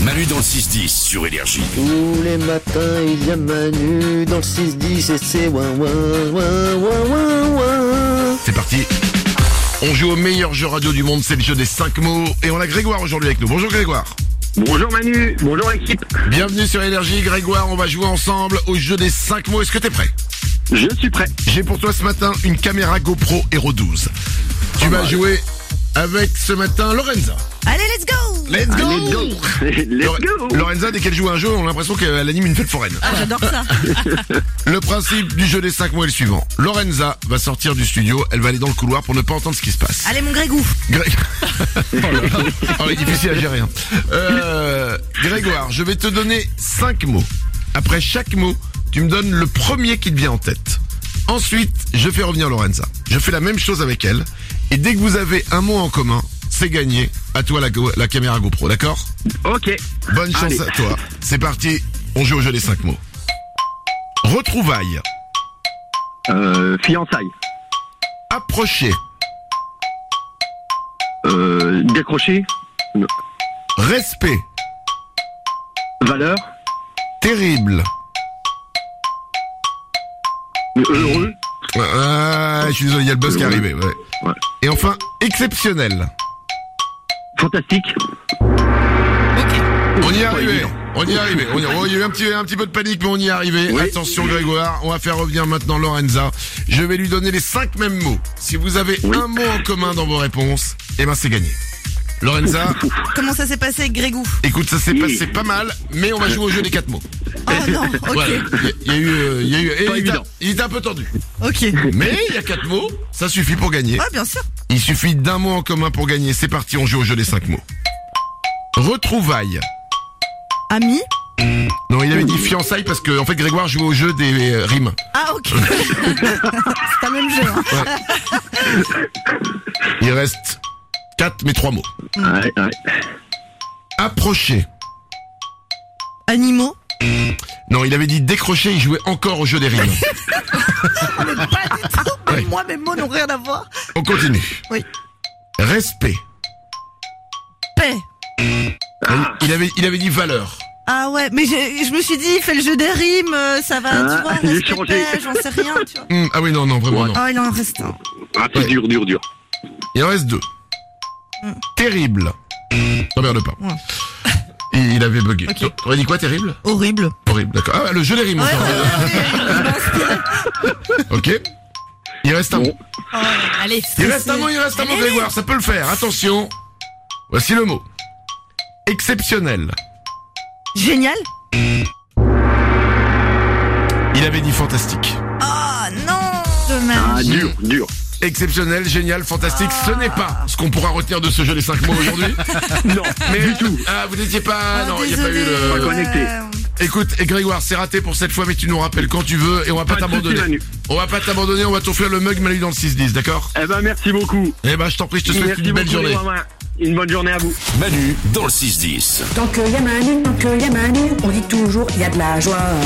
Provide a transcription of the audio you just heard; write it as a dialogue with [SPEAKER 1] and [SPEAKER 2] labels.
[SPEAKER 1] Manu dans le 6-10 sur Énergie.
[SPEAKER 2] Tous les matins, il y a Manu dans le 6-10 et c'est ouin ouin ouin ouin ouin ouin.
[SPEAKER 3] C'est parti. On joue au meilleur jeu radio du monde, c'est le jeu des 5 mots. Et on a Grégoire aujourd'hui avec nous. Bonjour Grégoire.
[SPEAKER 4] Bonjour Manu, bonjour l'équipe.
[SPEAKER 3] Bienvenue sur Énergie. Grégoire, on va jouer ensemble au jeu des 5 mots. Est-ce que t'es prêt
[SPEAKER 4] Je suis prêt.
[SPEAKER 3] J'ai pour toi ce matin une caméra GoPro Hero 12. Tu vas jouer avec ce matin Lorenza.
[SPEAKER 5] Allez, let's go
[SPEAKER 3] Let's go,
[SPEAKER 4] Allez, go. Let's go.
[SPEAKER 3] Lore- Lorenza, dès qu'elle joue à un jeu, on a l'impression qu'elle anime une fête foraine.
[SPEAKER 5] Ah, j'adore ça.
[SPEAKER 3] Le principe du jeu des 5 mots est le suivant. Lorenza va sortir du studio, elle va aller dans le couloir pour ne pas entendre ce qui se passe.
[SPEAKER 5] Allez, mon Grégou.
[SPEAKER 3] Gré- oh, là là. Oh, il est difficile à gérer. hein. Euh, Grégoire, je vais te donner 5 mots. Après chaque mot, tu me donnes le premier qui te vient en tête. Ensuite, je fais revenir Lorenza. Je fais la même chose avec elle. Et dès que vous avez un mot en commun, c'est gagné. À toi la, go- la caméra GoPro, d'accord
[SPEAKER 4] Ok.
[SPEAKER 3] Bonne chance
[SPEAKER 4] Allez.
[SPEAKER 3] à toi. C'est parti, on joue au jeu des 5 mots. Retrouvailles,
[SPEAKER 4] Euh, fiançailles.
[SPEAKER 3] approcher,
[SPEAKER 4] Euh, décrocher. Non.
[SPEAKER 3] respect,
[SPEAKER 4] Valeur.
[SPEAKER 3] terrible.
[SPEAKER 4] Heureux.
[SPEAKER 3] Ah, je suis désolé, il y a le buzz qui est arrivé. ouais.
[SPEAKER 4] Ouais.
[SPEAKER 3] Et enfin, exceptionnel.
[SPEAKER 4] Fantastique.
[SPEAKER 3] On y est arrivé. On y est arrivé. On y... oh, il y a eu un petit, un petit peu de panique, mais on y est arrivé.
[SPEAKER 4] Oui.
[SPEAKER 3] Attention, Grégoire. On va faire revenir maintenant Lorenza. Je vais lui donner les cinq mêmes mots. Si vous avez
[SPEAKER 4] Oui.
[SPEAKER 3] un mot en commun dans vos réponses, eh ben, c'est gagné. Lorenza,
[SPEAKER 5] Comment ça s'est passé avec Grégou
[SPEAKER 3] écoute, ça s'est
[SPEAKER 4] Oui.
[SPEAKER 3] passé pas mal, mais on va jouer au jeu des quatre mots.
[SPEAKER 5] Oh non, ok.
[SPEAKER 3] Voilà. Il y a- il y a eu, euh, il y a eu, eh,
[SPEAKER 4] Pas
[SPEAKER 3] il, était-
[SPEAKER 4] évident.
[SPEAKER 3] il était un peu tendu.
[SPEAKER 5] Ok.
[SPEAKER 3] Mais il y a quatre mots, ça suffit pour gagner.
[SPEAKER 5] Ah, bien sûr.
[SPEAKER 3] Il suffit d'un mot en commun pour gagner. C'est parti, on joue au jeu des cinq mots. Retrouvailles.
[SPEAKER 5] Ami
[SPEAKER 3] Non, il avait dit fiançailles parce que en fait Grégoire jouait au jeu des euh, rimes.
[SPEAKER 5] Ah, ok. C'est pas le même jeu. hein.
[SPEAKER 3] Il reste quatre mais trois mots.
[SPEAKER 4] Ouais, ouais.
[SPEAKER 3] Approcher.
[SPEAKER 5] Animaux
[SPEAKER 3] Non, il avait dit décrocher, il jouait encore au jeu des rimes.
[SPEAKER 5] Pas du tout. Même
[SPEAKER 3] Ouais.
[SPEAKER 5] Moi, mes mots n'ont rien à voir.
[SPEAKER 3] On continue.
[SPEAKER 5] Oui.
[SPEAKER 3] Respect.
[SPEAKER 5] Paix.
[SPEAKER 3] Il avait, il avait dit valeur.
[SPEAKER 5] Ah ouais, mais j'ai- je me suis dit, fais le jeu des rimes, euh, ça va,
[SPEAKER 4] Ah,
[SPEAKER 5] tu vois,
[SPEAKER 4] j'ai
[SPEAKER 5] respect,
[SPEAKER 4] changé.
[SPEAKER 5] paix, j'en sais rien, tu vois.
[SPEAKER 3] Hum, ah oui, non, non, vraiment non.
[SPEAKER 5] Oh, il en reste un.
[SPEAKER 4] Ah, c'est
[SPEAKER 3] Ouais.
[SPEAKER 4] dur, dur, dur.
[SPEAKER 3] Il en reste deux. Terrible. Regarde pas.
[SPEAKER 5] Hmm. Ouais.
[SPEAKER 3] Il, il avait bugué.
[SPEAKER 5] Ok.
[SPEAKER 3] On avait dit quoi, terrible
[SPEAKER 5] Horrible.
[SPEAKER 3] Horrible, d'accord. Ah, le jeu des rimes.
[SPEAKER 5] Ouais, ouais,
[SPEAKER 3] encore.
[SPEAKER 5] ouais, ouais, ouais.
[SPEAKER 3] Ok. Il reste un
[SPEAKER 4] Bon.
[SPEAKER 3] mot.
[SPEAKER 5] Oh, Allez,
[SPEAKER 3] Il reste un mot, il reste un
[SPEAKER 5] Eh
[SPEAKER 3] mot, Grégoire. Ça peut le faire. Attention. Voici le mot. Exceptionnel.
[SPEAKER 5] Génial
[SPEAKER 3] Il avait dit fantastique.
[SPEAKER 5] Oh non Dommage.
[SPEAKER 3] Mm.
[SPEAKER 4] Ah, dur, dur.
[SPEAKER 3] Exceptionnel, génial, fantastique. Ce n'est pas ce qu'on pourra retenir de ce jeu des 5 mots aujourd'hui.
[SPEAKER 4] Non,
[SPEAKER 3] Mais
[SPEAKER 4] du tout.
[SPEAKER 3] Ah, vous n'étiez pas.
[SPEAKER 5] Ah,
[SPEAKER 3] non, il n'y a pas eu
[SPEAKER 5] désolé,
[SPEAKER 3] le.
[SPEAKER 4] Pas connecté.
[SPEAKER 5] ouais.
[SPEAKER 3] Écoute, et Grégoire, c'est raté pour cette fois, mais tu nous rappelles quand tu veux et on va pas
[SPEAKER 4] Pas Ah, de
[SPEAKER 3] t'abandonner.
[SPEAKER 4] souci, Manu.
[SPEAKER 3] On va pas t'abandonner, on va t'offrir le mug Manu dans le 6-10, d'accord
[SPEAKER 4] Eh ben, merci beaucoup.
[SPEAKER 3] Eh ben, je t'en prie, je te souhaite
[SPEAKER 4] merci
[SPEAKER 3] une belle
[SPEAKER 4] beaucoup, les
[SPEAKER 3] journée.
[SPEAKER 4] Romains. Une bonne journée à vous.
[SPEAKER 1] Manu dans le 6-10.
[SPEAKER 6] Tant qu'il y a Manu, tant qu'il y a Manu, on dit toujours il y a de la joie.